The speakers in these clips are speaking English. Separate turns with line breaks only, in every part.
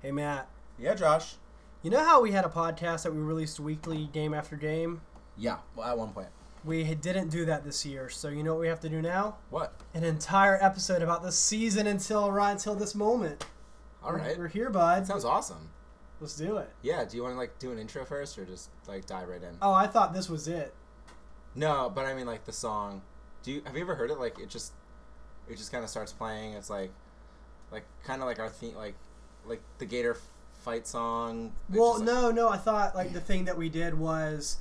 Hey Matt,
Yeah, Josh.
you know how we had a podcast that we released weekly, game after game.
Yeah, well, at one point.
We had- didn't do that this year, so you know what we have to do now?
What?
An entire episode about the season until right until this moment.
All right.
we're here, bud.
Sounds awesome.
Let's do it.
Yeah, do you want to like do an intro first or just like dive right in?
Oh, I thought this was it.
No, but I mean like the song. Do you have you ever heard it like it just it just kind of starts playing. It's like like kind of like our theme like like the Gator fight song. It's
Well,
just, like-
no, no. I thought like the thing that we did was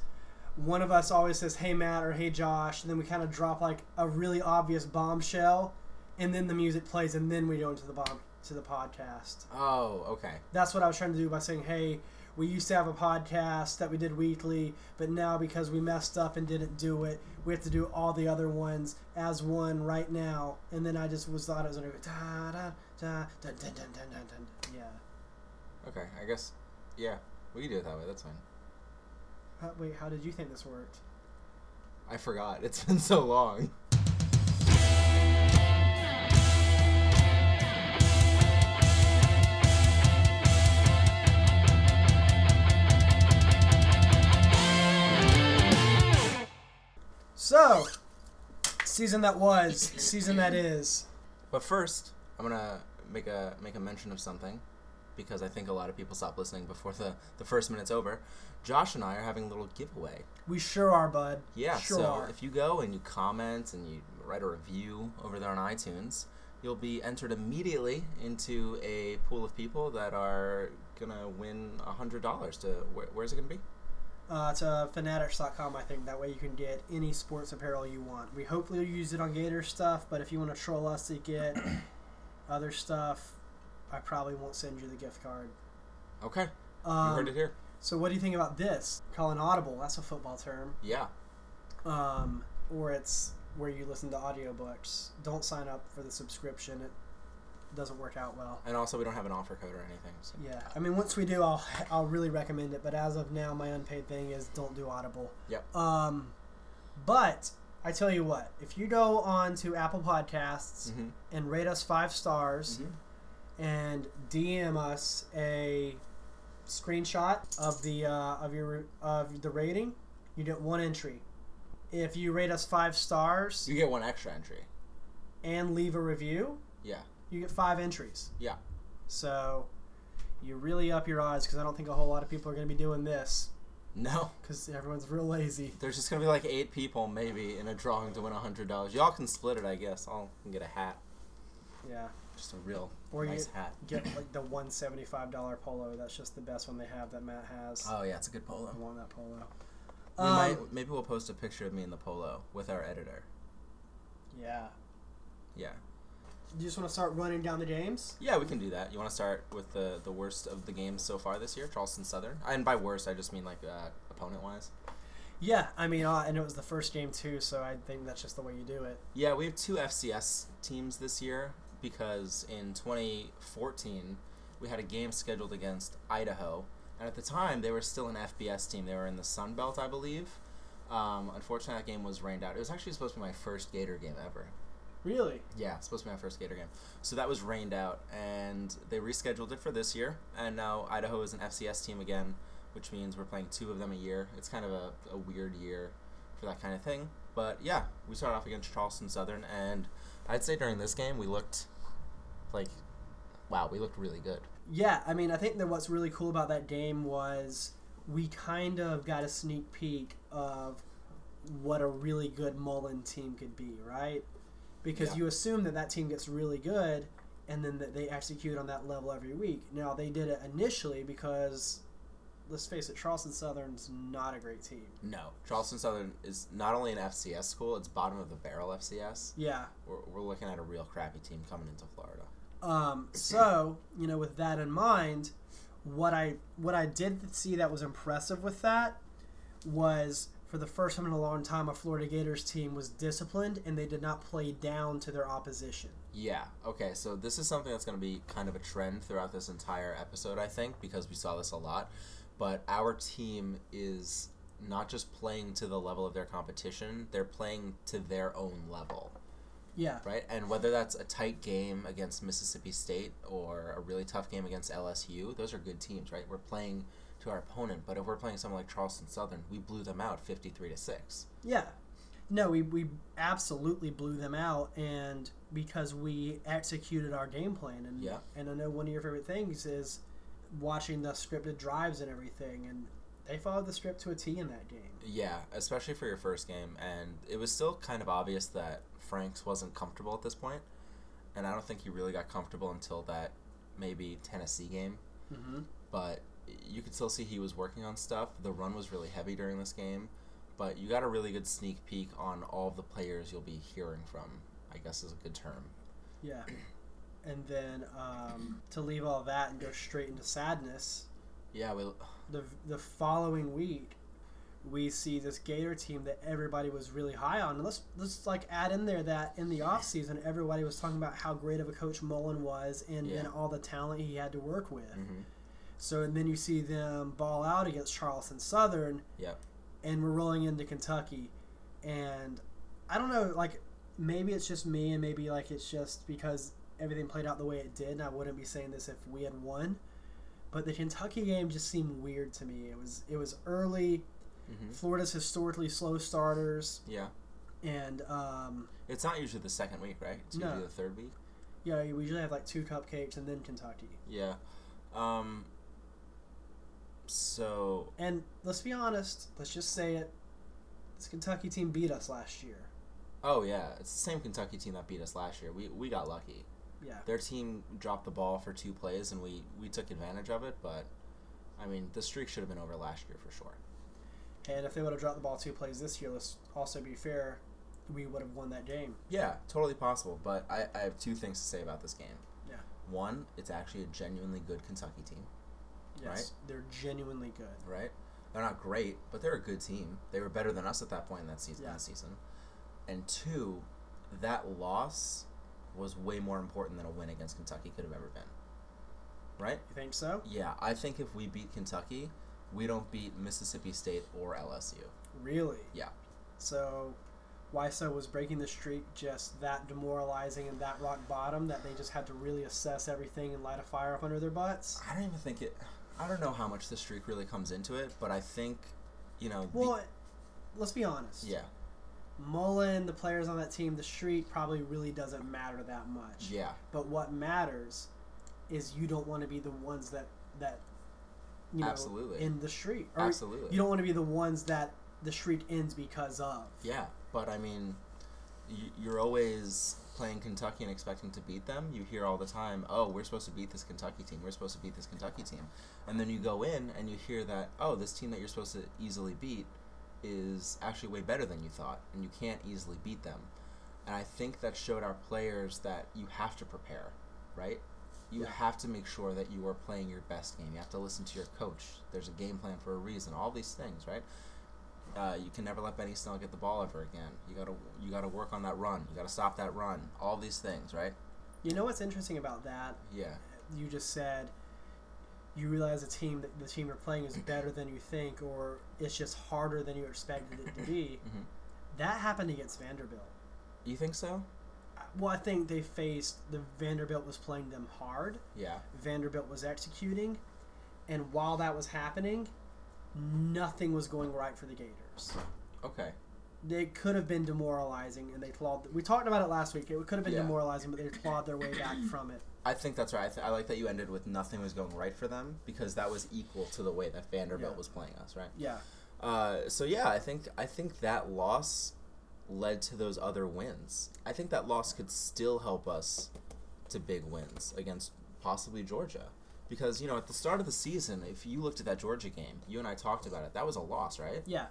one of us always says, "Hey Matt" or "Hey Josh," and then we kind of drop like a really obvious bombshell, and then the music plays, and then we go into the bomb to the podcast.
Oh, okay.
That's what I was trying to do by saying, "Hey, we used to have a podcast that we did weekly, but now because we messed up and didn't do it, we have to do all the other ones as one right now." And then I just was thought I was going to da da da da da da da da. Yeah.
Okay, I guess. Yeah, we can do it that way. That's fine.
How, wait, how did you think this worked?
I forgot. It's been so long.
So, season that was, season that is.
But first, I'm gonna make a make a mention of something because I think a lot of people stop listening before the the first minute's over. Josh and I are having a little giveaway.
We sure are, bud.
Yeah,
sure
so
are.
if you go and you comment and you write a review over there on iTunes, you'll be entered immediately into a pool of people that are gonna win a hundred dollars. To where, where's it gonna be?
Uh, to fanatics.com, I think. That way you can get any sports apparel you want. We hopefully will use it on Gator stuff, but if you want to troll us to get other stuff, I probably won't send you the gift card.
Okay, you heard it
Um,
here.
so, what do you think about this? Call an audible. That's a football term.
Yeah,
Um, or it's where you listen to audiobooks. Don't sign up for the subscription, it doesn't work out well.
and also we don't have an offer code or anything. So.
Yeah, I mean, once we do, I'll I'll really recommend it. But as of now, my unpaid thing is don't do Audible.
Yep.
Um, but I tell you what, if you go on to Apple Podcasts
hmm
and rate us five stars
Mhm.
and DM us a screenshot of the uh, of your of the rating, you get one entry. If you rate us five stars
You get one extra entry.
and leave a review,
Yeah.
you get five entries.
Yeah.
So you really up your odds because I don't think a whole lot of people are going to be doing this
No.
because everyone's real lazy.
There's just gonna be like eight people maybe in a drawing to win a hundred dollars. Y'all can split it, I guess. I'll get a hat,
Yeah.
just a real
Or
nice
you
hat.
get like the one seventy five dollar polo. That's just the best one they have that Matt has.
Oh yeah, it's a good polo.
I want that polo.
We
Um,
might, maybe we'll post a picture of me in the polo with our editor.
Yeah.
Yeah,
You just want to start running down the games.
yeah, we can do that. You want to start with the the worst of the games so far this year, Charleston Southern. And by worst, I just mean like uh, opponent wise.
Yeah, I mean, uh, and it was the first game too, so I think that's just the way you do it.
Yeah, we have two FCS teams this year because in 2014 we had a game scheduled against Idaho, and at the time they were still an FBS team. They were in the Sun Belt, I believe. Um, unfortunately, that game was rained out. It was actually supposed to be my first Gator game ever.
Really?
Yeah, it's supposed to be my first Gator game. So that was rained out, and they rescheduled it for this year. And now Idaho is an FCS team again, which means we're playing two of them a year. It's kind of a, a weird year for that kind of thing. But yeah, we started off against Charleston Southern, and I'd say during this game we looked like, wow, we looked really good.
Yeah, I mean, I think that what's really cool about that game was we kind of got a sneak peek of what a really good Mullen team could be, right? Because
Yeah.
you assume that that team gets really good and then that they execute on that level every week. Now, they did it initially because, let's face it, Charleston Southern's not a great team.
No, Charleston Southern is not only an FCS school; it's bottom of the barrel FCS.
Yeah.
We're, we're looking at a real crappy team coming into Florida.
Um, so you know, with that in mind, what I what I did see that was impressive with that was for the first time in a long time, a Florida Gators team was disciplined and they did not play down to their opposition.
Yeah. Okay. So this is something that's going to be kind of a trend throughout this entire episode, I think, because we saw this a lot. But our team is not just playing to the level of their competition; they're playing to their own level.
Yeah.
right? And whether that's a tight game against Mississippi State or a really tough game against LSU, those are good teams, right? We're playing to our opponent, but if we're playing someone like Charleston Southern, we blew them out 53 to 6.
Yeah. No, we, we absolutely blew them out, and because we executed our game plan. And,
Yeah.
and I know one of your favorite things is watching the scripted drives and everything, and they followed the script to a T in that game.
Yeah, especially for your first game and it was still kind of obvious that Franks wasn't comfortable at this point, And I don't think he really got comfortable until that maybe Tennessee game
Mm-hmm.
but you could still see he was working on stuff. The run was really heavy during this game, but you got a really good sneak peek on all of the players you'll be hearing from. I guess is a good term.
Yeah. And then um, to leave all that and go straight into sadness,
Yeah, we
the, the following week, we see this Gator team that everybody was really high on. And let's, let's like add in there that in the offseason, everybody was talking about how great of a coach Mullen was and then
Yeah.
all the talent he had to work with.
mhm.
So and then you see them ball out against Charleston Southern.
Yep.
And we're rolling into Kentucky, and I don't know, like maybe it's just me, and maybe like it's just because everything played out the way it did, and I wouldn't be saying this if we had won. But the Kentucky game just seemed weird to me. It was it was early.
Mhm.
Florida's historically slow starters,
yeah.
and um,
It's not usually the second week, right? It's usually
No.
the third week.
yeah, we usually have like two cupcakes and then Kentucky.
Yeah. Um. So
And let's be honest, let's just say it: this Kentucky team beat us last year.
oh yeah, it's the same Kentucky team that beat us last year. We we got lucky.
Yeah.
Their team dropped the ball for two plays and we we took advantage of it, but I mean the streak should have been over last year for sure.
And if they would have dropped the ball two plays this year, let's also be fair, we would have won that game.
Yeah, totally possible. But I, I have two things to say about this game.
Yeah.
One, it's actually a genuinely good Kentucky team,
Yes, they're genuinely good.
right? They're not great, but they're a good team. They were better than us at that point in that season.
Yeah.
That season. And two, that loss was way more important than a win against Kentucky could have ever been. Right?
You think so?
Yeah, I think if we beat Kentucky, we don't beat Mississippi State or LSU.
Really?
Yeah.
So, Wiso was breaking the streak just that demoralizing and that rock bottom that they just had to really assess everything and light a fire up under their butts.
I don't even think it. I don't know how much the streak really comes into it, but I think, you know. the-
Well, let's be honest.
yeah.
Mullen, the players on that team, the streak probably really doesn't matter that much.
Yeah.
But what matters is you don't want to be the ones that that you know
Absolutely.
in the street. Or
Absolutely.
You don't want to be the ones that the streak ends because of.
Yeah, but I mean, y- you're always playing Kentucky and expecting to beat them. You hear all the time, "Oh, we're supposed to beat this Kentucky team. We're supposed to beat this Kentucky team," and then you go in and you hear that, "Oh, this team that you're supposed to easily beat is actually way better than you thought, and you can't easily beat them." And I think that showed our players that you have to prepare, right? You
Yeah.
have to make sure that you are playing your best game. You have to listen to your coach. There's a game plan for a reason. All these things, right? Uh, you can never let Benny Snell get the ball ever again. You gotta you gotta work on that run. You gotta stop that run. All these things, right?
You know what's interesting about that?
Yeah,
You just said you realize the team that the team you're playing is better than you think, or it's just harder than you expected it to be.
Mhm.
That happened against Vanderbilt.
you think so?
Uh, Well, I think they faced the Vanderbilt was playing them hard.
Yeah,
Vanderbilt was executing, and while that was happening, nothing was going right for the Gators.
okay.
They could have been demoralizing, and they clawed. We talked about it last week. It could have been
Yeah.
demoralizing, but they clawed their way back from it.
I think that's right. I, th- I like that you ended with nothing was going right for them because that was equal to the way that Vanderbilt
Yeah.
was playing us, right?
Yeah,
Uh, so yeah, I think I think that loss led to those other wins. I think that loss could still help us to big wins against possibly Georgia. Because, you know, at the start of the season, if you looked at that Georgia game, you and I talked about it, that was a loss, right?
yeah.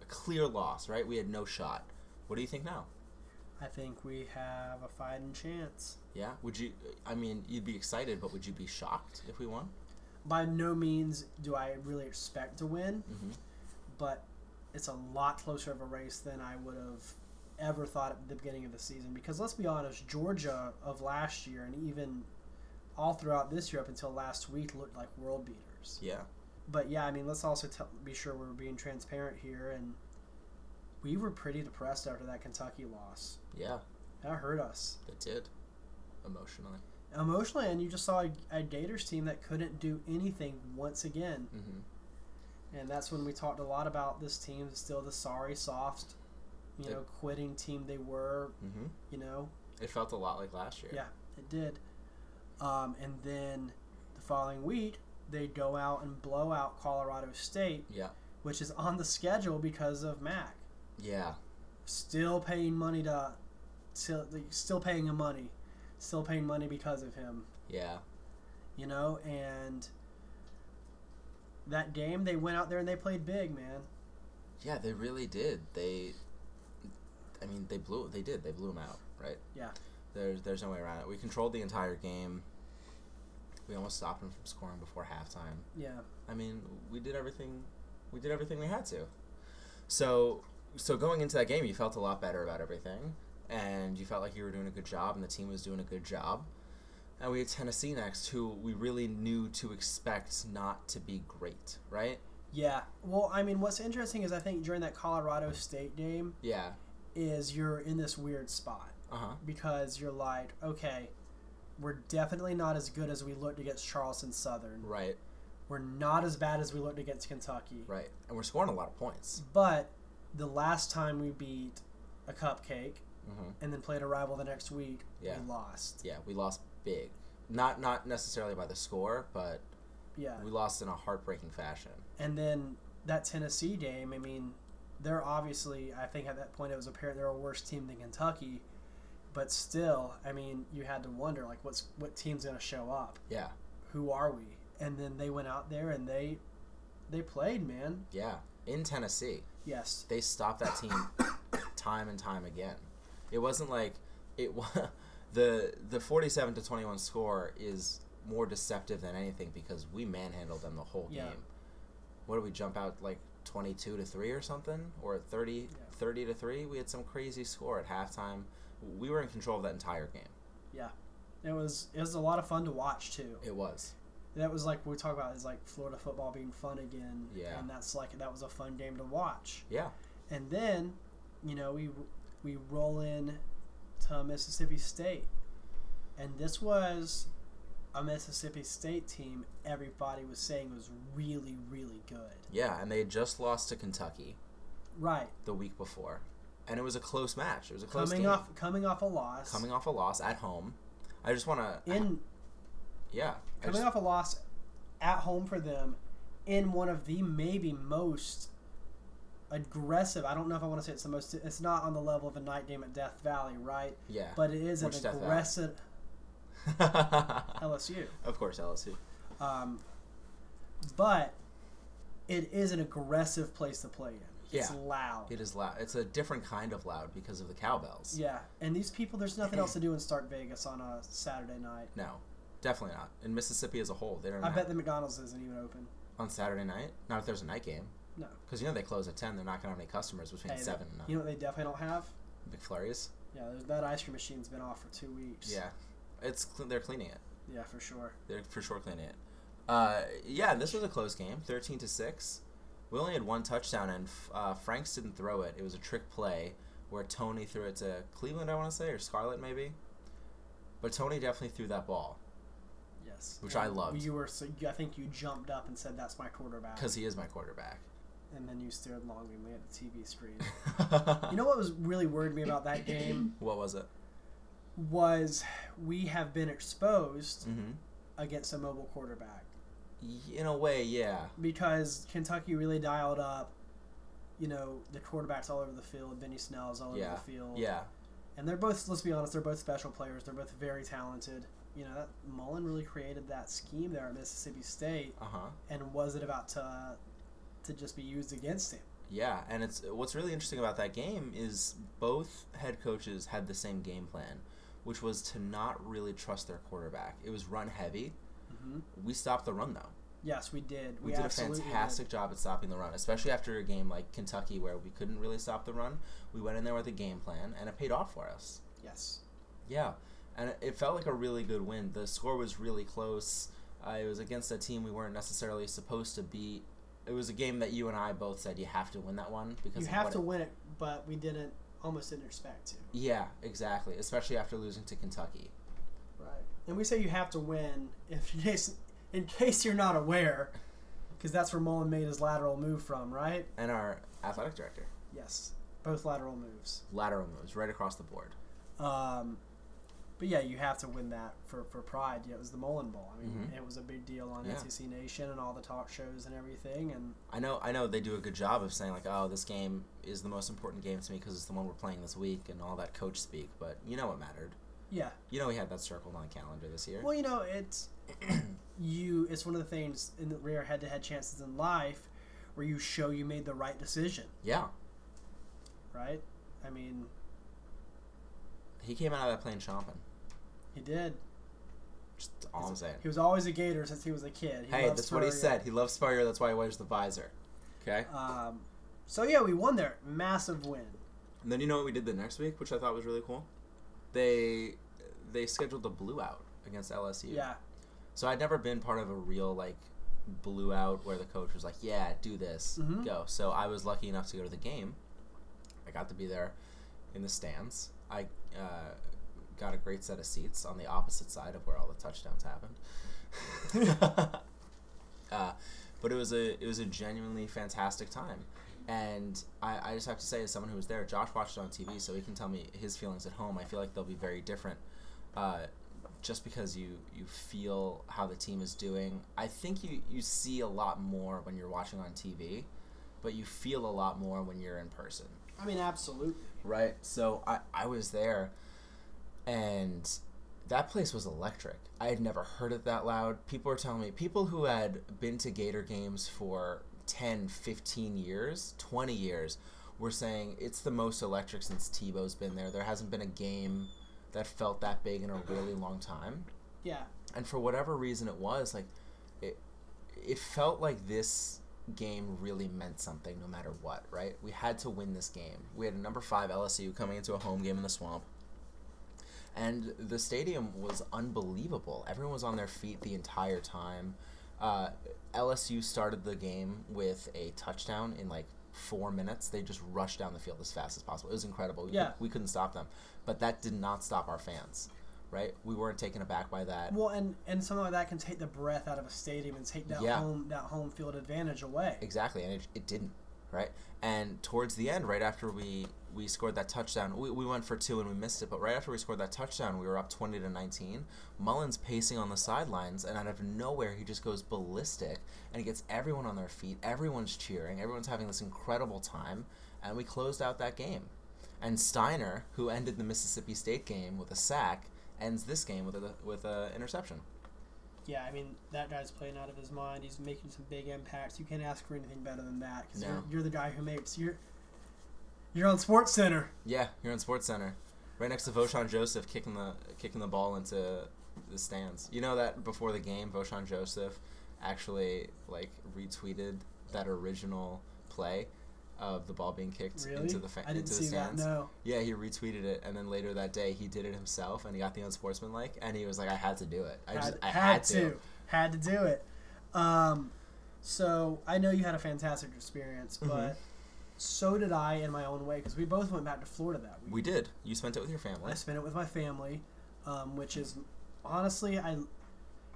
A clear loss, right? We had no shot. What do you think now?
I think we have a fighting chance.
Yeah? Would you I mean, you'd be excited, but would you be shocked if we won?
By no means do I really expect to win,
Mhm.
but it's a lot closer of a race than I would have ever thought at the beginning of the season. Because let's be honest, Georgia of last year and even all throughout this year up until last week looked like world beaters.
Yeah.
But yeah, I mean, let's also tell, be sure we're being transparent here. And we were pretty depressed after that Kentucky loss.
Yeah.
That hurt us
It did, emotionally.
emotionally, and you just saw a, a Gators team that couldn't do anything once again.
hmm
And that's when we talked a lot about this team is still the sorry, soft, you
Yep.
know, quitting team they were.
hmm
You know,
It felt a lot like last year.
Yeah. it did. Um, and then the following week, they go out and blow out Colorado State,
Yeah.
which is on the schedule because of Mac.
Yeah.
Still paying money to, still, still paying him money, still paying money because of him.
Yeah.
you know and that game they went out there and they played big man
Yeah, they really did. They, I mean, they blew. They did. They blew them out, right?
Yeah.
There's there's no way around it. We controlled the entire game. We almost stopped them from scoring before halftime.
yeah
I mean, we did everything. We did everything we had to. So so going into that game, you felt a lot better about everything, and you felt like you were doing a good job, and the team was doing a good job. And we had Tennessee next, who we really knew to expect not to be great, right?
yeah well i mean what's interesting is i think during that colorado state game
Yeah.
is you're in this weird spot
Uh huh.
because you're like okay we're definitely not as good as we looked against charleston southern
Right.
we're not as bad as we looked against kentucky
Right. And we're scoring a lot of points.
but the last time we beat a cupcake
hmm
and then played a rival the next week
Yeah.
we lost
Yeah, we lost big. Not not necessarily by the score, but
yeah
we lost in a heartbreaking fashion.
And then that Tennessee game, I mean, they're obviously, I think at that point it was apparent they're a worse team than Kentucky, but still, I mean, you had to wonder like what's what team's going to show up?
Yeah.
Who are we? And then they went out there and they they played, man.
Yeah. In Tennessee,
Yes.
they stopped that team time and time again. It wasn't like it was the the 47 to 21 score is more deceptive than anything because we manhandled them the whole
Yeah.
game. What did we jump out like 22 to 3 or something or 30
Yeah.
30 to 3? We had some crazy score at halftime. We were in control of that entire game.
It was it was a lot of fun to watch too.
It was.
That was like we talk about is like Florida football being fun again.
Yeah.
And that's like that was a fun game to watch.
Yeah.
And then, you know, we we roll in to Mississippi State, and this was a Mississippi State team everybody was saying was really really good.
Yeah, and they had just lost to Kentucky
Right,
the week before, and it was a close match. It was a close
coming
game.
off coming off a loss.
coming off a loss at home. I just want to,
in
yeah, I
coming
just-
off a loss at home for them in one of the maybe most aggressive. I don't know if I want to say it's the most. It's not on the level of a night game at Death Valley, right?
yeah.
But it is an
Which Death Valley?
aggressive LSU.
of course, LSU.
Um, but it is an aggressive place to play in. It's
Yeah.
loud.
It is loud. It's a different kind of loud because of the cowbells.
Yeah, and these people, there's nothing else to do in Stark Vegas on a Saturday night.
No, definitely not. In Mississippi as a whole, they don't.
I
have-
bet the McDonald's isn't even open.
on Saturday night. Not if there's a night game,
No.
because you know they close at ten. They're not gonna have any customers between
Hey,
seven and nine.
You know what they definitely don't have?
McFlurries.
Yeah, there's, that ice cream machine's been off for two weeks.
Yeah, it's cle- they're cleaning it.
Yeah, for sure.
They're for sure cleaning it. Uh, yeah, this was a close game, thirteen to six. We only had one touchdown, and uh, Franks didn't throw it. It was a trick play where Tony threw it to Cleveland, I want to say, or Scarlett maybe. But Tony definitely threw that ball
Yes.
Which I
And
loved.
You were, so, I think you jumped up and said, that's my quarterback.
because he is my quarterback.
And then you stared longingly at the TV screen. you know what was really worried me about that game
what was it?
was we have been exposed
hmm
against a mobile quarterback
In a way, yeah,
because Kentucky really dialed up. You know, the quarterbacks all over the field. Benny Snell's all
Yeah.
over the field.
yeah,
And they're both, let's be honest, they're both special players. They're both very talented. You know, that, Mullen really created that scheme there at Mississippi State.
uh huh.
And was it about to to just be used against him?
Yeah, and it's what's really interesting about that game is both head coaches had the same game plan, which was to not really trust their quarterback. It was run heavy.
Mm-hmm.
We stopped the run though.
Yes, we did.
We, did a
absolutely
fantastic job at stopping the run, especially after a game like Kentucky where we couldn't really stop the run. We went in there with a game plan and it paid off for us.
did. Yes.
Yeah, and it- it felt like a really good win. The score was really close. Uh, it was against a team we weren't necessarily supposed to beat. It was a game that you and I both said you have to win that one because
You
of
have
what
to
it-
win it, but we didn't almost didn't expect to.
Yeah, exactly. Especially after losing to Kentucky.
Right. And we say you have to win if in case, in case you're not aware, because that's where Mullen made his lateral move from, right?
And our athletic director,
Yes, both lateral moves.
lateral moves right across the board.
Um, but yeah, you have to win that for, for pride. Yeah, it was the Mullen Bowl. I mean,
Mhm.
it was a big deal on
Yeah.
NCC Nation and all the talk shows and everything. And
I know, I know they do a good job of saying like, "Oh, this game is the most important game to me because it's the one we're playing this week," and all that coach speak. But you know what mattered.
yeah,
You know we had that circled on the calendar this year.
well, you know, it's you. It's one of the things in the rare head-to-head chances in life where you show you made the right decision,
Yeah,
right? I mean,
he came out of that plane chomping.
he did.
Just all I'm saying.
He was always a Gator since he was a kid. He
Hey,
loves
that's what he
Spurrier.
said. He loves Spurrier. That's why he wears the visor. Okay.
Um, so yeah, we won there. Massive win.
And then you know what we did the next week, which I thought was really cool. They they scheduled a blue out against LSU.
Yeah.
So I'd never been part of a real like blew out where the coach was like, "Yeah, do this,
Mhm.
go." So I was lucky enough to go to the game. I got to be there in the stands. I uh, got a great set of seats on the opposite side of where all the touchdowns happened. uh, but it was a it was a genuinely fantastic time. And I, I just have to say, as someone who was there, Josh watched it on TV, so he can tell me his feelings at home. I feel like they'll be very different. Uh, just because you you feel how the team is doing. I think you you see a lot more when you're watching on TV, but you feel a lot more when you're in person.
I mean, absolutely.
Right? So I I was there and that place was electric. I had never heard it that loud. People were telling me people who had been to Gator games for 10, 15 years, 20 years were saying it's the most electric since Tebow's been there. There hasn't been a game that felt that big in a really long time
Yeah.
and for whatever reason it was like it it felt like this game really meant something no matter what right we had to win this game we had a number five lsu coming into a home game in the swamp and the stadium was unbelievable everyone was on their feet the entire time uh, lsu started the game with a touchdown in like four minutes they just rushed down the field as fast as possible it was incredible We-
Yeah.
we couldn't stop them but that did not stop our fans right we weren't taken aback by that
Well, and and something like that can take the breath out of a stadium and take that
Yeah.
home that home field advantage away.
Exactly, and it, it didn't, right? And towards the end, right after we we scored that touchdown, we, we went for two and we missed it. But right after we scored that touchdown, we were up twenty to nineteen. Mullins pacing on the sidelines, and out of nowhere, he just goes ballistic, and he gets everyone on their feet. Everyone's cheering. Everyone's having this incredible time, and we closed out that game. And Steiner, who ended the Mississippi State game with a sack, ends this game with a with a interception.
Yeah, I mean that guy's playing out of his mind. He's making some big impacts. You can't ask for anything better than that because you're,
No.
you're the guy who makes you're you're on Sports Center.
Yeah, here in Sports Center, right next to Voshan Joseph kicking the kicking the ball into the stands. You know that before the game, Voshan Joseph actually like retweeted that original play of the ball being kicked
Really?
into the fa-
I didn't
into
see
the
that.
stands.
No.
Yeah, he retweeted it, and then later that day he did it himself, and he got the unsportsmanlike, and he was like, "I had to do it. I just I had, to.
Had to do it. Um, so I know you had a fantastic experience, but
Mhm.
so did I in my own way because we both went back to Florida that week.
We did. You spent it with your family.
I spent it with my family, um, which is honestly, I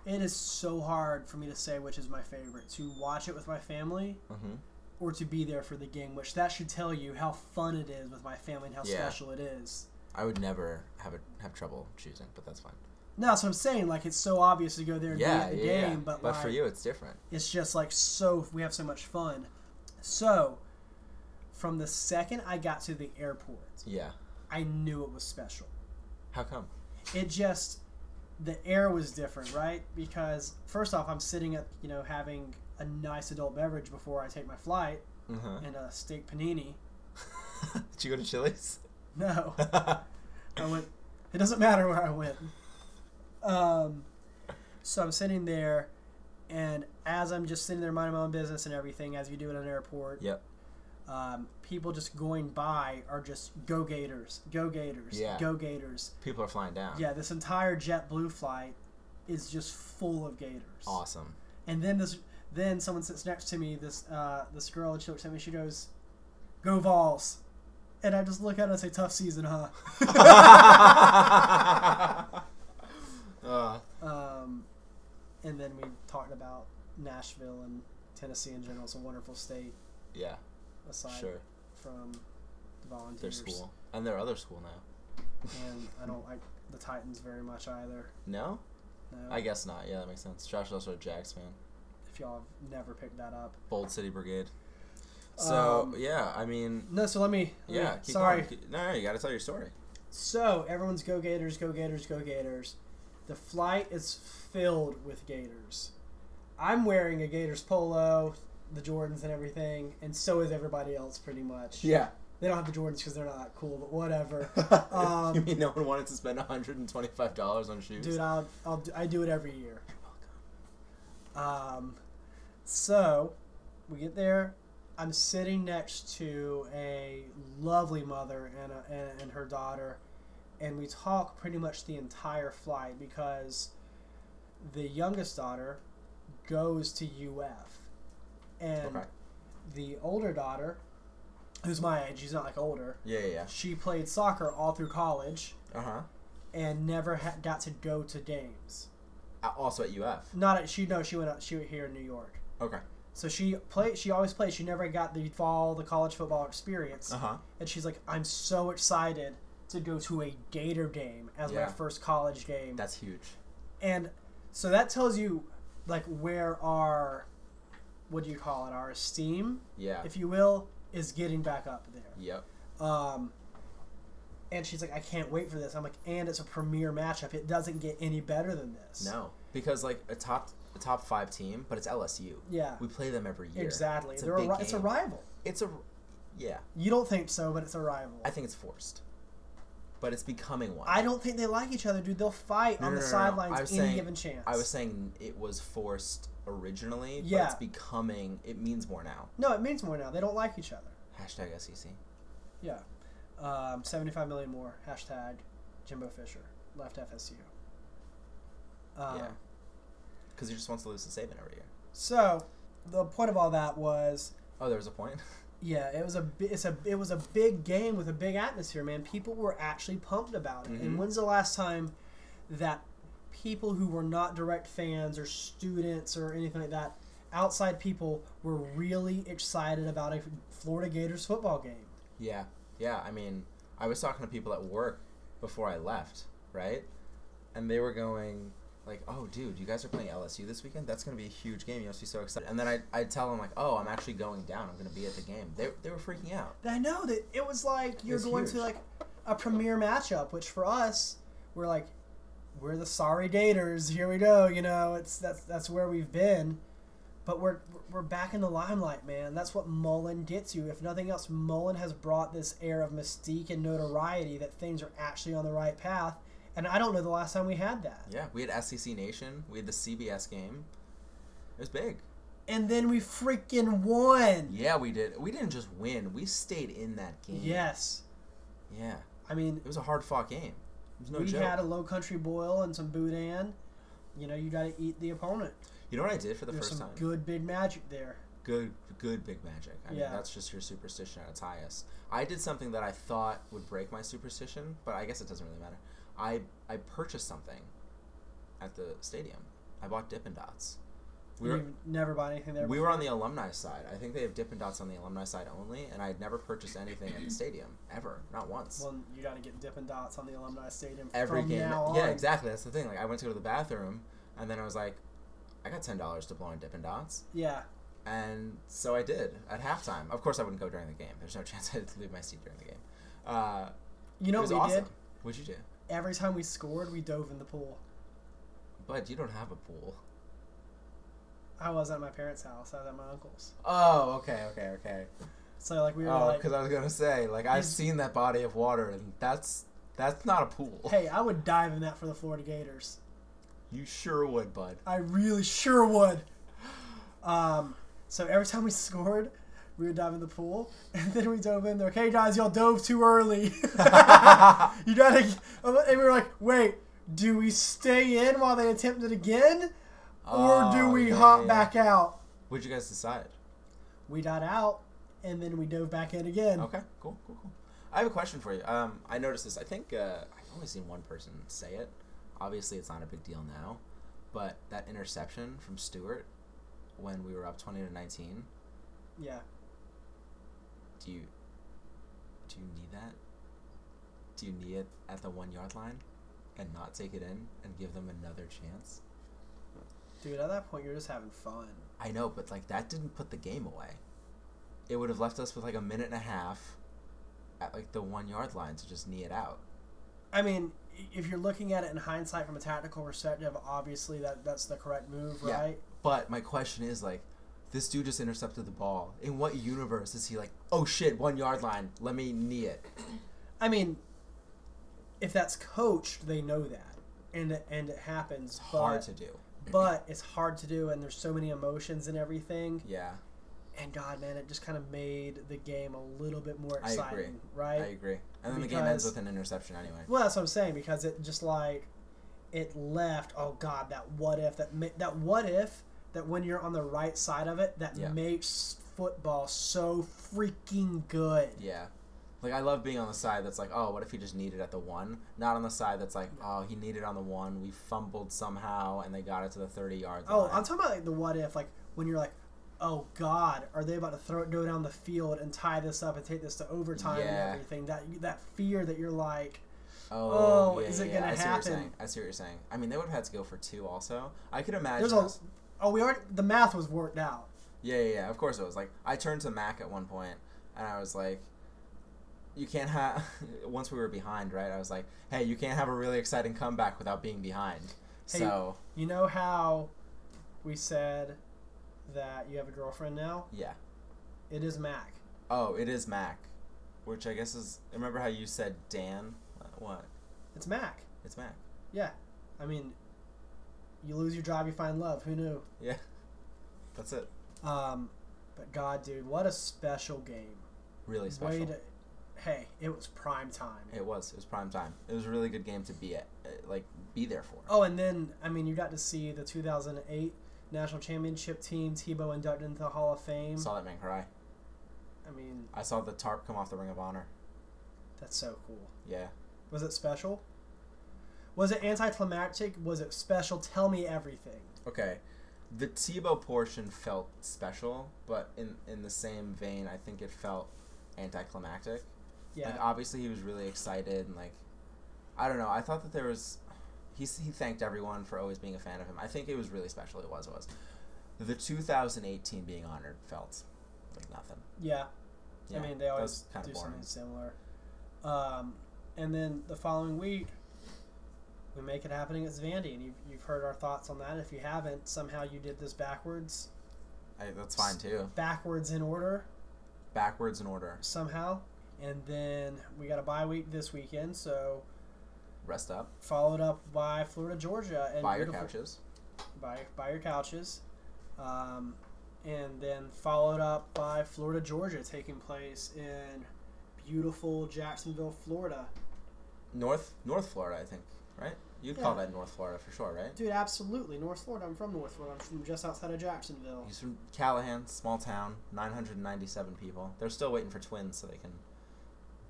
it is so hard for me to say which is my favorite to watch it with my family
hmm
or to be there for the game, which that should tell you how fun it is with my family and how
Yeah.
special it is.
I would never have a, have trouble choosing, but that's fine.
No, that's what I'm saying. Like it's so obvious to go there and
Yeah,
be at
yeah,
the
yeah.
game, but, like,
for you, it's different.
it's just like so we have so much fun. So from the second I got to the airport,
Yeah.
I knew it was special.
How come?
it just the air was different right because first off i'm sitting at you know having a nice adult beverage before i take my flight
Uh-huh.
and a steak panini
Did you go to Chili's?
no i went it doesn't matter where i went um, so i'm sitting there and as i'm just sitting there minding my own business and everything as you do at an airport
Yep.
um, people just going by are just go gators go gators
Yeah. Uh-huh.
go gators
People are flying down.
yeah this entire jetblue flight is just full of gators
Awesome.
And then this, then someone sits next to me. This uh, this girl, and she looks at me. She goes, "Go Vols." and I just look at it and say, "Tough season, huh?"
Uh,
Um, and then we talked about Nashville and Tennessee in general. It's a wonderful state
yeah,
aside
sure.
from the
Their
Volunteers.
school and their other school now.
And I don't like the Titans very much either.
No,
No,
I guess not. Yeah, that makes sense. Josh is also a Jags fan.
if y'all have never picked that up.
Bold City Brigade. So
Um,
yeah, I mean,
No, so let me. let me-
yeah. Keep
sorry.
Going. Keep- No, no, you got to tell your story.
So everyone's go Gators, go Gators, go Gators. The flight is filled with Gators. I'm wearing a Gators polo, the Jordans and everything, and so is everybody else pretty much.
Yeah.
They don't have the Jordans because they're not cool, but whatever.
you
Um,
mean no one wanted to spend hundred and twenty-five dollars on shoes?
Dude, I'll, I'll do, I do it every year. Um, so we get there. I'm sitting next to a lovely mother and, a, and and her daughter, and we talk pretty much the entire flight because the youngest daughter goes to UF, and
Okay.
the older daughter, who's my age, she's not like older.
Yeah, yeah.
She played soccer all through college
Uh huh.
and never ha- got to go to games.
Also at UF.
Not at, she no she went out she went here in New York.
Okay.
So she played she always played. She never got the fall the college football experience.
Uh huh.
And she's like, I'm so excited to go to a Gator game as my
Yeah.
first college game.
That's huge.
and so that tells you like where our what do you call it our esteem,
Yeah.
if you will, is getting back up there.
yep.
Um, and she's like, I can't wait for this. I'm like, and it's a premier matchup. It doesn't get any better than this.
No, because like a top a top five team, but it's LSU.
Yeah.
We play them every year.
Exactly. It's
It's a
They're a,
big
ri- it's a
game.
rival.
It's a. Yeah,
You don't think so, but it's a rival.
I think it's forced, but it's becoming one.
I don't think they like each other, dude. They'll fight on the sidelines
I was
any
saying-
given chance.
I was saying it was forced originally, but
Yeah.
it's becoming. It means more now.
no, it means more now. They don't like each other.
Hashtag E SEC.
Yeah. Um, 75 million more. Hashtag Jimbo Fisher. Left FSU. Um,
yeah, because he just wants to lose to Saban every year.
So, the point of all that was
Oh, there was a point.
Yeah, it was a bi- it's a it was a big game with a big atmosphere, man. People were actually pumped about it.
Mhm.
And when's the last time that people who were not direct fans or students or anything like that, outside people were really excited about a Florida Gators football game?
yeah, yeah. I mean, I was talking to people at work before I left, right? And they were going like, "Oh, dude, you guys are playing LSU this weekend. That's gonna be a huge game. You must be so excited." And then I I tell them like, "Oh, I'm actually going down. I'm gonna be at the game." They they were freaking out.
I know that it was like you're
It's
going to
huge.
like a premier matchup, which for us, we're like, we're the sorry daters. Here we go. You know, it's that's that's where we've been, but we're we're back in the limelight, man. That's what Mullen gets you. If nothing else, Mullen has brought this air of mystique and notoriety that things are actually on the right path. And I don't know the last time we had that.
Yeah, we had SEC Nation. We had the CBS game. It was big.
And then we freaking won.
Yeah, we did. We didn't just win. We stayed in that game.
Yes.
Yeah.
I mean,
It was a hard fought game. It was no
we
joke.
had a low country boil and some boudin. You know, you got to eat the opponent.
you know what I did for the
There's
first
some
time? Good,
good big magic there.
good, big magic. I mean,
Yeah.
that's just your superstition at its highest. I did something that I thought would break my superstition, but I guess it doesn't really matter. I I purchased something at the stadium. I bought Dippin' Dots. We were,
You've never bought anything there.
we were on the alumni side. I think they have Dippin' Dots on the alumni side only, and I had never purchased anything at the stadium ever, not once.
Well, you got to get Dippin' Dots on the alumni stadium
every
from
game.
now on.
yeah, exactly. That's the thing. Like I went to go to the bathroom, and then I was like, I got ten dollars to blow on Dippin' Dots,
Yeah,
and so I did at halftime. Of course, I wouldn't go during the game. There's no chance I'd leave my seat during the game. Uh,
you know what
it was
we
awesome.
did?
What'd you do?
Every time we scored, we dove in the pool.
But you don't have a pool.
I was at my parents' house. I was at my uncle's.
Oh, okay, okay, okay.
So like we were
Oh,
like,
because I was gonna say, like I've
Is-
seen that body of water, and that's that's not a pool.
hey, I would dive in that for the Florida Gators.
You sure would, bud.
I really sure would. Um, so every time we scored, we would dive in the pool, and then we dove in. They're like, "Hey guys, y'all dove too early. you gotta." And we were like, "Wait, do we stay in while they attempt it again, or do
Oh,
we
yeah,
hop
yeah, yeah.
back out?"
What'd you guys decide?
We got out, and then we dove back in again.
Okay, cool, cool, cool. I have a question for you. Um, I noticed this. I think uh, I've only seen one person say it. Obviously, it's not a big deal now, but that interception from Stewart when we were up twenty to nineteen.
Yeah.
Do you do you need that? Do you need it at the one yard line, and not take it in and give them another chance?
Dude, at that point, you're just having fun.
I know, but like that didn't put the game away. It would have left us with like a minute and a half at like the one yard line to just knee it out.
I mean, if you're looking at it in hindsight from a tactical perspective, obviously that that's the correct move,
Yeah.
right?
But my question is like, this dude just intercepted the ball. In what universe is he like, oh shit, one yard line, let me knee it?
I mean, if that's coached, they know that, and it- and it happens.
It's
but,
hard to do.
but it's hard to do, and there's so many emotions and everything.
Yeah,
And God, man, it just kind of made the game a little bit more
I agree.
exciting, right?
I agree. And then the game ends
Because-
with an interception anyway.
Well, that's what I'm saying because it just like it left. Oh God, that what if that ma- that what if that when you're on the right side of it, that
Yeah.
makes football so freaking good.
Yeah. Like I love being on the side that's like, oh, what if he just needed at the one? Not on the side that's like, oh, he needed on the one. We fumbled somehow and they got it to the thirty yard line.
Oh, I'm talking about like the what if, like when you're like, oh God, are they about to throw it go down the field and tie this up and take this to overtime
Yeah.
and everything? That that fear that you're like,
Oh,
Oh,
yeah,
is it
yeah,
gonna
I see what you're
happen?
saying. I see what you're saying. I mean, they would have had to go for two also. I could imagine.
there's a,
us-
oh we already the math was worked out.
Yeah, yeah, yeah. Of course it was. Like I turned to Mac at one point, and I was like, "You can't have." Once we were behind, right? I was like, "Hey, you can't have a really exciting comeback without being behind."
Hey.
So
You know how we said that you have a girlfriend now?
yeah.
It is Mac.
Oh, it is Mac, which I guess is. Remember how you said Dan? What?
It's Mac.
It's Mac.
Yeah. I mean, you lose your job, you find love. Who knew?
Yeah. That's it.
Um, but God, dude, what a special game.
Really special.
Way to, hey, it was prime time.
It was. It was prime time. It was a really good game to be at. uh, Like be there for.
Oh, and then, I mean, you got to see the 2008 National Championship team, Tebow inducted into the Hall of Fame.
Saw that man cry.
I mean,
I saw the tarp come off the Ring of Honor.
that's so cool.
Yeah.
Was it special? Was it anticlimactic? Was it special? Tell me everything.
Okay. The Tebow portion felt special, but in in the same vein, I think it felt anticlimactic.
Yeah.
Like obviously he was really excited and like I don't know. I thought that there was he s- he thanked everyone for always being a fan of him. I think it was really special. It was it was. The 2018 being honored felt like nothing.
yeah.
Yeah,
I mean, they
that
always
was kinda
do
boring.
something similar. Um, and then the following week, we make it happening at Vandy, and you've, you've heard our thoughts on that. If you haven't, somehow you did this backwards,
I, that's fine too.
backwards in order
Backwards in order.
somehow. And then we got a bye week this weekend, so
Rest up.
followed up by Florida Georgia and
Buy your
beautiful-
couches.
by by your couches, um, and then followed up by Florida Georgia taking place in beautiful Jacksonville, Florida.
North North Florida, I think. Right? You'd call
Yeah.
that North Florida for sure, right?
Dude, absolutely. North Florida. I'm from North Florida. I'm from just outside of Jacksonville.
He's from Callahan, small town, 997 people. They're still waiting for twins so they can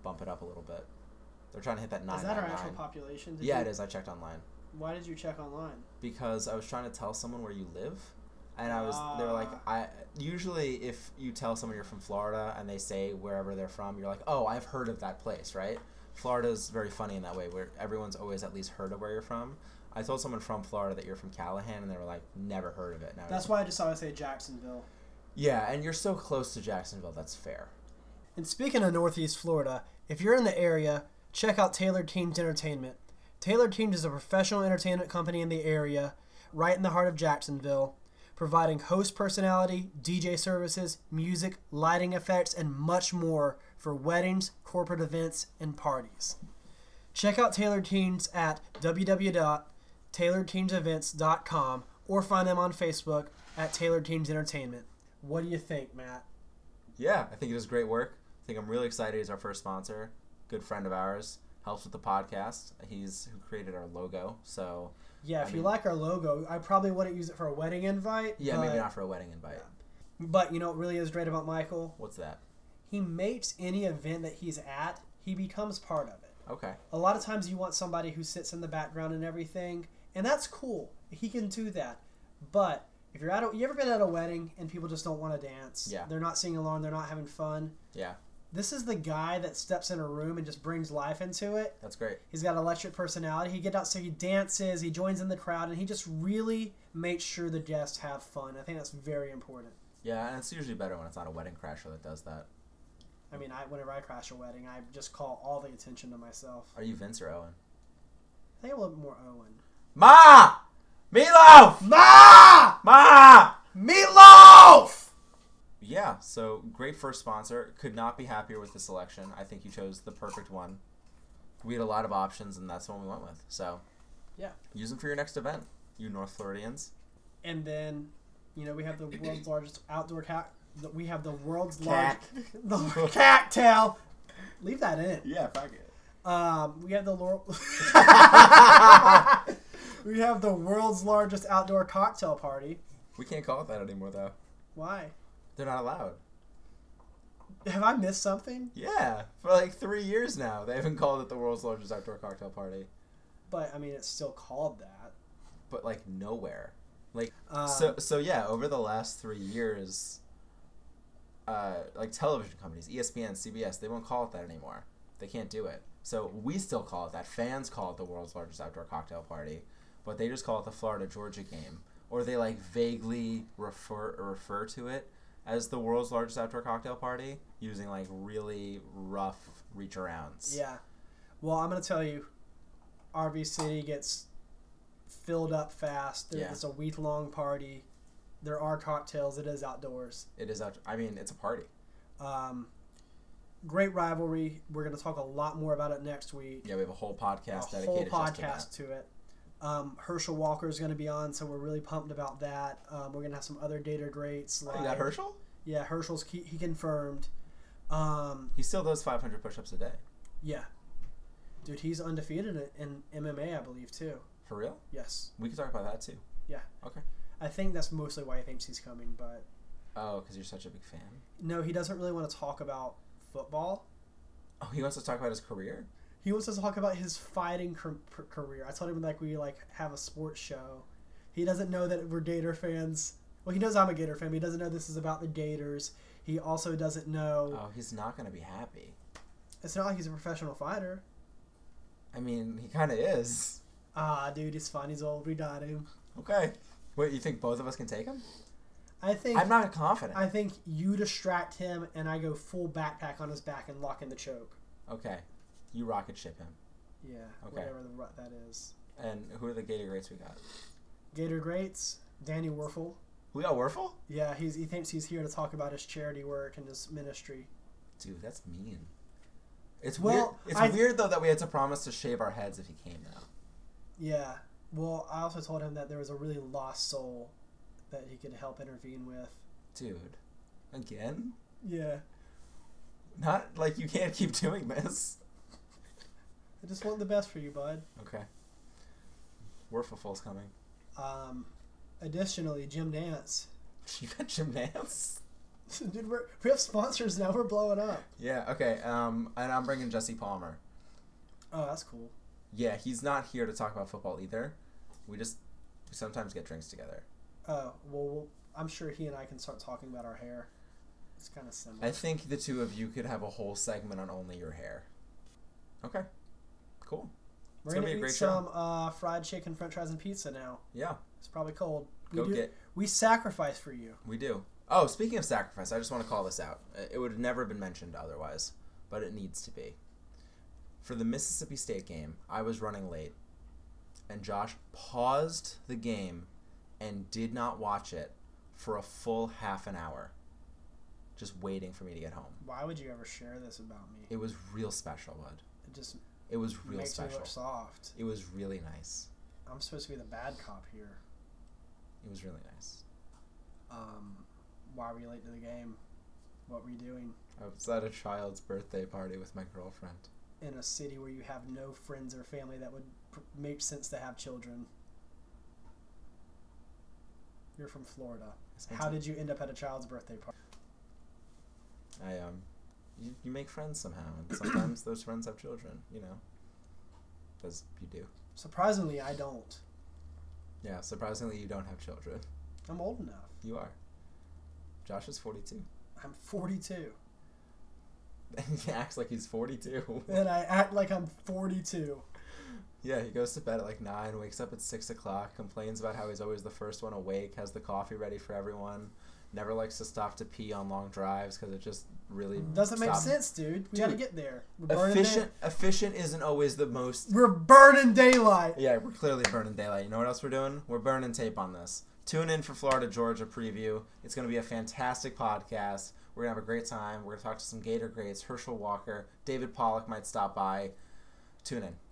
bump it up a little bit. They're trying to hit that nine.
Is that our actual population? Did
yeah,
you,
it is. I checked online
Why did you check online?
because I was trying to tell someone where you live, and I was. they were like,
Ah.
I usually if you tell someone you're from Florida and they say wherever they're from, you're like, oh, I've heard of that place, right? Florida's very funny in that way, where everyone's always at least heard of where you're from. I told someone from Florida that you're from Callahan, and they were like, never heard of it. And I was
That's why I just always say Jacksonville.
Yeah, and you're so close to Jacksonville. That's fair.
And speaking of Northeast Florida, if you're in the area, check out Tailored Teams Entertainment. Tailored Teams is a professional entertainment company in the area, right in the heart of Jacksonville, providing host personality, DJ services, music, lighting effects, and much more for weddings, corporate events, and parties. Check out Tailored Teens at www.tailoredteensevents.com or find them on Facebook at Tailored Teens Entertainment. What do you think, Matt?
Yeah, I think it does great work. I think I'm really excited. He's our first sponsor, good friend of ours, helps with the podcast. He's who created our logo. So
Yeah,
I
if you
mean-
like our logo, I probably wouldn't use it for a wedding invite.
yeah,
but,
maybe not for a wedding invite.
But you know what really is great about Michael?
What's that?
He makes any event that he's at, he he becomes part of it.
Okay.
A lot of times you want somebody who sits in the background and everything, and that's cool. He can do that. But if you're at a, you ever been at a wedding and people just don't want to dance?
Yeah.
They're not singing along, they're not having fun.
Yeah.
This is the guy that steps in a room and just brings life into it.
That's great.
He's got electric personality. He gets out, so he dances, he joins in the crowd, and he just really makes sure the guests have fun. I think that's very important.
Yeah, and it's usually better when it's not a wedding crasher that does that.
I mean, I whenever I crash a wedding, I just call all the attention to myself.
Are you Vince or Owen?
I think a little bit more Owen.
Ma! Meatloaf!
Ma!
Ma!
Meatloaf!
Yeah, so great first sponsor. Could not be happier with the selection. I think you chose the perfect one. We had a lot of options, and that's the one we went with. So,
Yeah.
use them for your next event, you North Floridians.
And then, you know, we have the world's largest outdoor cat. the- We have the world's
Cat.
largest the cat tail. Leave that in.
Yeah, fuck it.
Um, we have the lor- we have the world's largest outdoor cocktail party.
We can't call it that anymore, though.
Why?
They're not allowed.
Have I missed something?
Yeah, for like three years now, they haven't called it the world's largest outdoor cocktail party,
But I mean, it's still called that.
but like nowhere. Like
Um,
so, so yeah. Over the last three years, uh, like television companies, E ESPN, CBS, they won't call it that anymore. They can't do it. So we still call it that. Fans call it the world's largest outdoor cocktail party, but they just call it the Florida Georgia game, or they like vaguely refer refer to it as the world's largest outdoor cocktail party using like really rough reach arounds.
Yeah. Well, I'm gonna tell you, RV City gets filled up fast. There-
Yeah.
It's a week long party. There are cocktails. It is outdoors.
It is. Out- I mean, it's a party.
Um, great rivalry. We're gonna talk a lot more about it next week.
Yeah, we have a whole podcast
a whole
dedicated
podcast
just
to, it. Um, Herschel Walker is gonna be on, so we're really pumped about that. Um, we're gonna have some other data greats.
to that. Oh, You got Herschel?
Yeah, Herschel's he, he confirmed. Um,
He still does 500 push-ups a day.
yeah, dude, he's undefeated in, in MMA, I believe too.
For real?
Yes.
We could talk about that too.
I think that's mostly why he thinks he's coming, but
Oh, because you're such a big fan.
no, he doesn't really want to talk about football.
Oh, he wants to talk about his career.
He wants to talk about his fighting car- per- career. I told him like we like have a sports show. He doesn't know that we're Gator fans. Well, he knows I'm a Gator fan, but he doesn't know this is about the Gators. He also doesn't know
Oh, he's not gonna be happy.
it's not like he's a professional fighter.
I mean, he kind of is.
Ah, dude, he's fine. He's old. We got him.
Okay. Wait, you think both of us can take him?
I think.
I'm not confident.
I think you distract him, and I go full backpack on his back and lock in the choke.
Okay. You rocket ship him.
Yeah,
Okay.
whatever the rut that is.
And who are the Gator greats we got?
Gator greats, Danny Werfel.
We got Werfel.
Yeah, he's, he thinks he's here to talk about his charity work and his ministry.
Dude, that's mean. It's
Well,
weird. It's
I-
weird though that we had to promise to shave our heads if he came now.
Yeah. Well, I also told him that there was a really lost soul that he could help intervene with.
Dude, again?
Yeah.
Not like you can't keep doing this.
I just want the best for you, bud.
Okay. Werfelful's coming.
Um, additionally, Jim Nance.
She got gymnastics.
Dude, we're, we have sponsors now. We're blowing up.
Yeah. Okay. Um, and I'm bringing Jesse Palmer.
Oh, that's cool.
Yeah, he's not here to talk about football either. We just we sometimes get drinks together.
Oh, well, we'll I'm sure he and I can start talking about our hair. It's kind of similar.
I think the two of you could have a whole segment on only your hair. Okay. Cool.
we're
gonna
going to
be a
eat
great show.
some uh, fried chicken, french fries, and pizza now.
Yeah.
It's probably cold. We
Go
do-
get.
We sacrifice for you.
We do. Oh, speaking of sacrifice, I just want to call this out. Uh, It would have never been mentioned otherwise, but it needs to be. For the Mississippi State game, I was running late, and Josh paused the game and did not watch it for a full half an hour, just waiting for me to get home.
Why would you ever share this about me?
It was real special, bud.
It just
It was real
makes me
special.
look soft.
It was really nice.
I'm supposed to be the bad cop here.
It was really nice.
Um, why were you late to the game? What were you doing
I was at a child's birthday party with my girlfriend.
in a city where you have no friends or family that would pr- make sense to have children? You're from Florida.
I spent
How
some-
did you end up at a child's birthday party?
I um you, you make friends somehow, and sometimes those friends have children. You know, as you do.
Surprisingly, I don't.
Yeah, surprisingly, you don't have children.
I'm old enough.
You are. Josh is forty-two.
I'm 42,
And he acts like he's forty-two.
and I act like I'm 42.
Yeah, he goes to bed at like nine, wakes up at six o'clock, complains about how he's always the first one awake, has the coffee ready for everyone, never likes to stop to pee on long drives because it just really
Doesn't make
stop-
sense, dude. We gotta
Dude,
get there. We're burning, day-
Efficient, efficient isn't always the most.
we're burning daylight.
Yeah, we're clearly burning daylight. You know what else we're doing? We're burning tape on this. Tune in for Florida Georgia preview. It's going to be a fantastic podcast. We're gonna have a great time. We're gonna talk to some Gator greats, Herschel Walker, David Pollock might stop by. Tune in.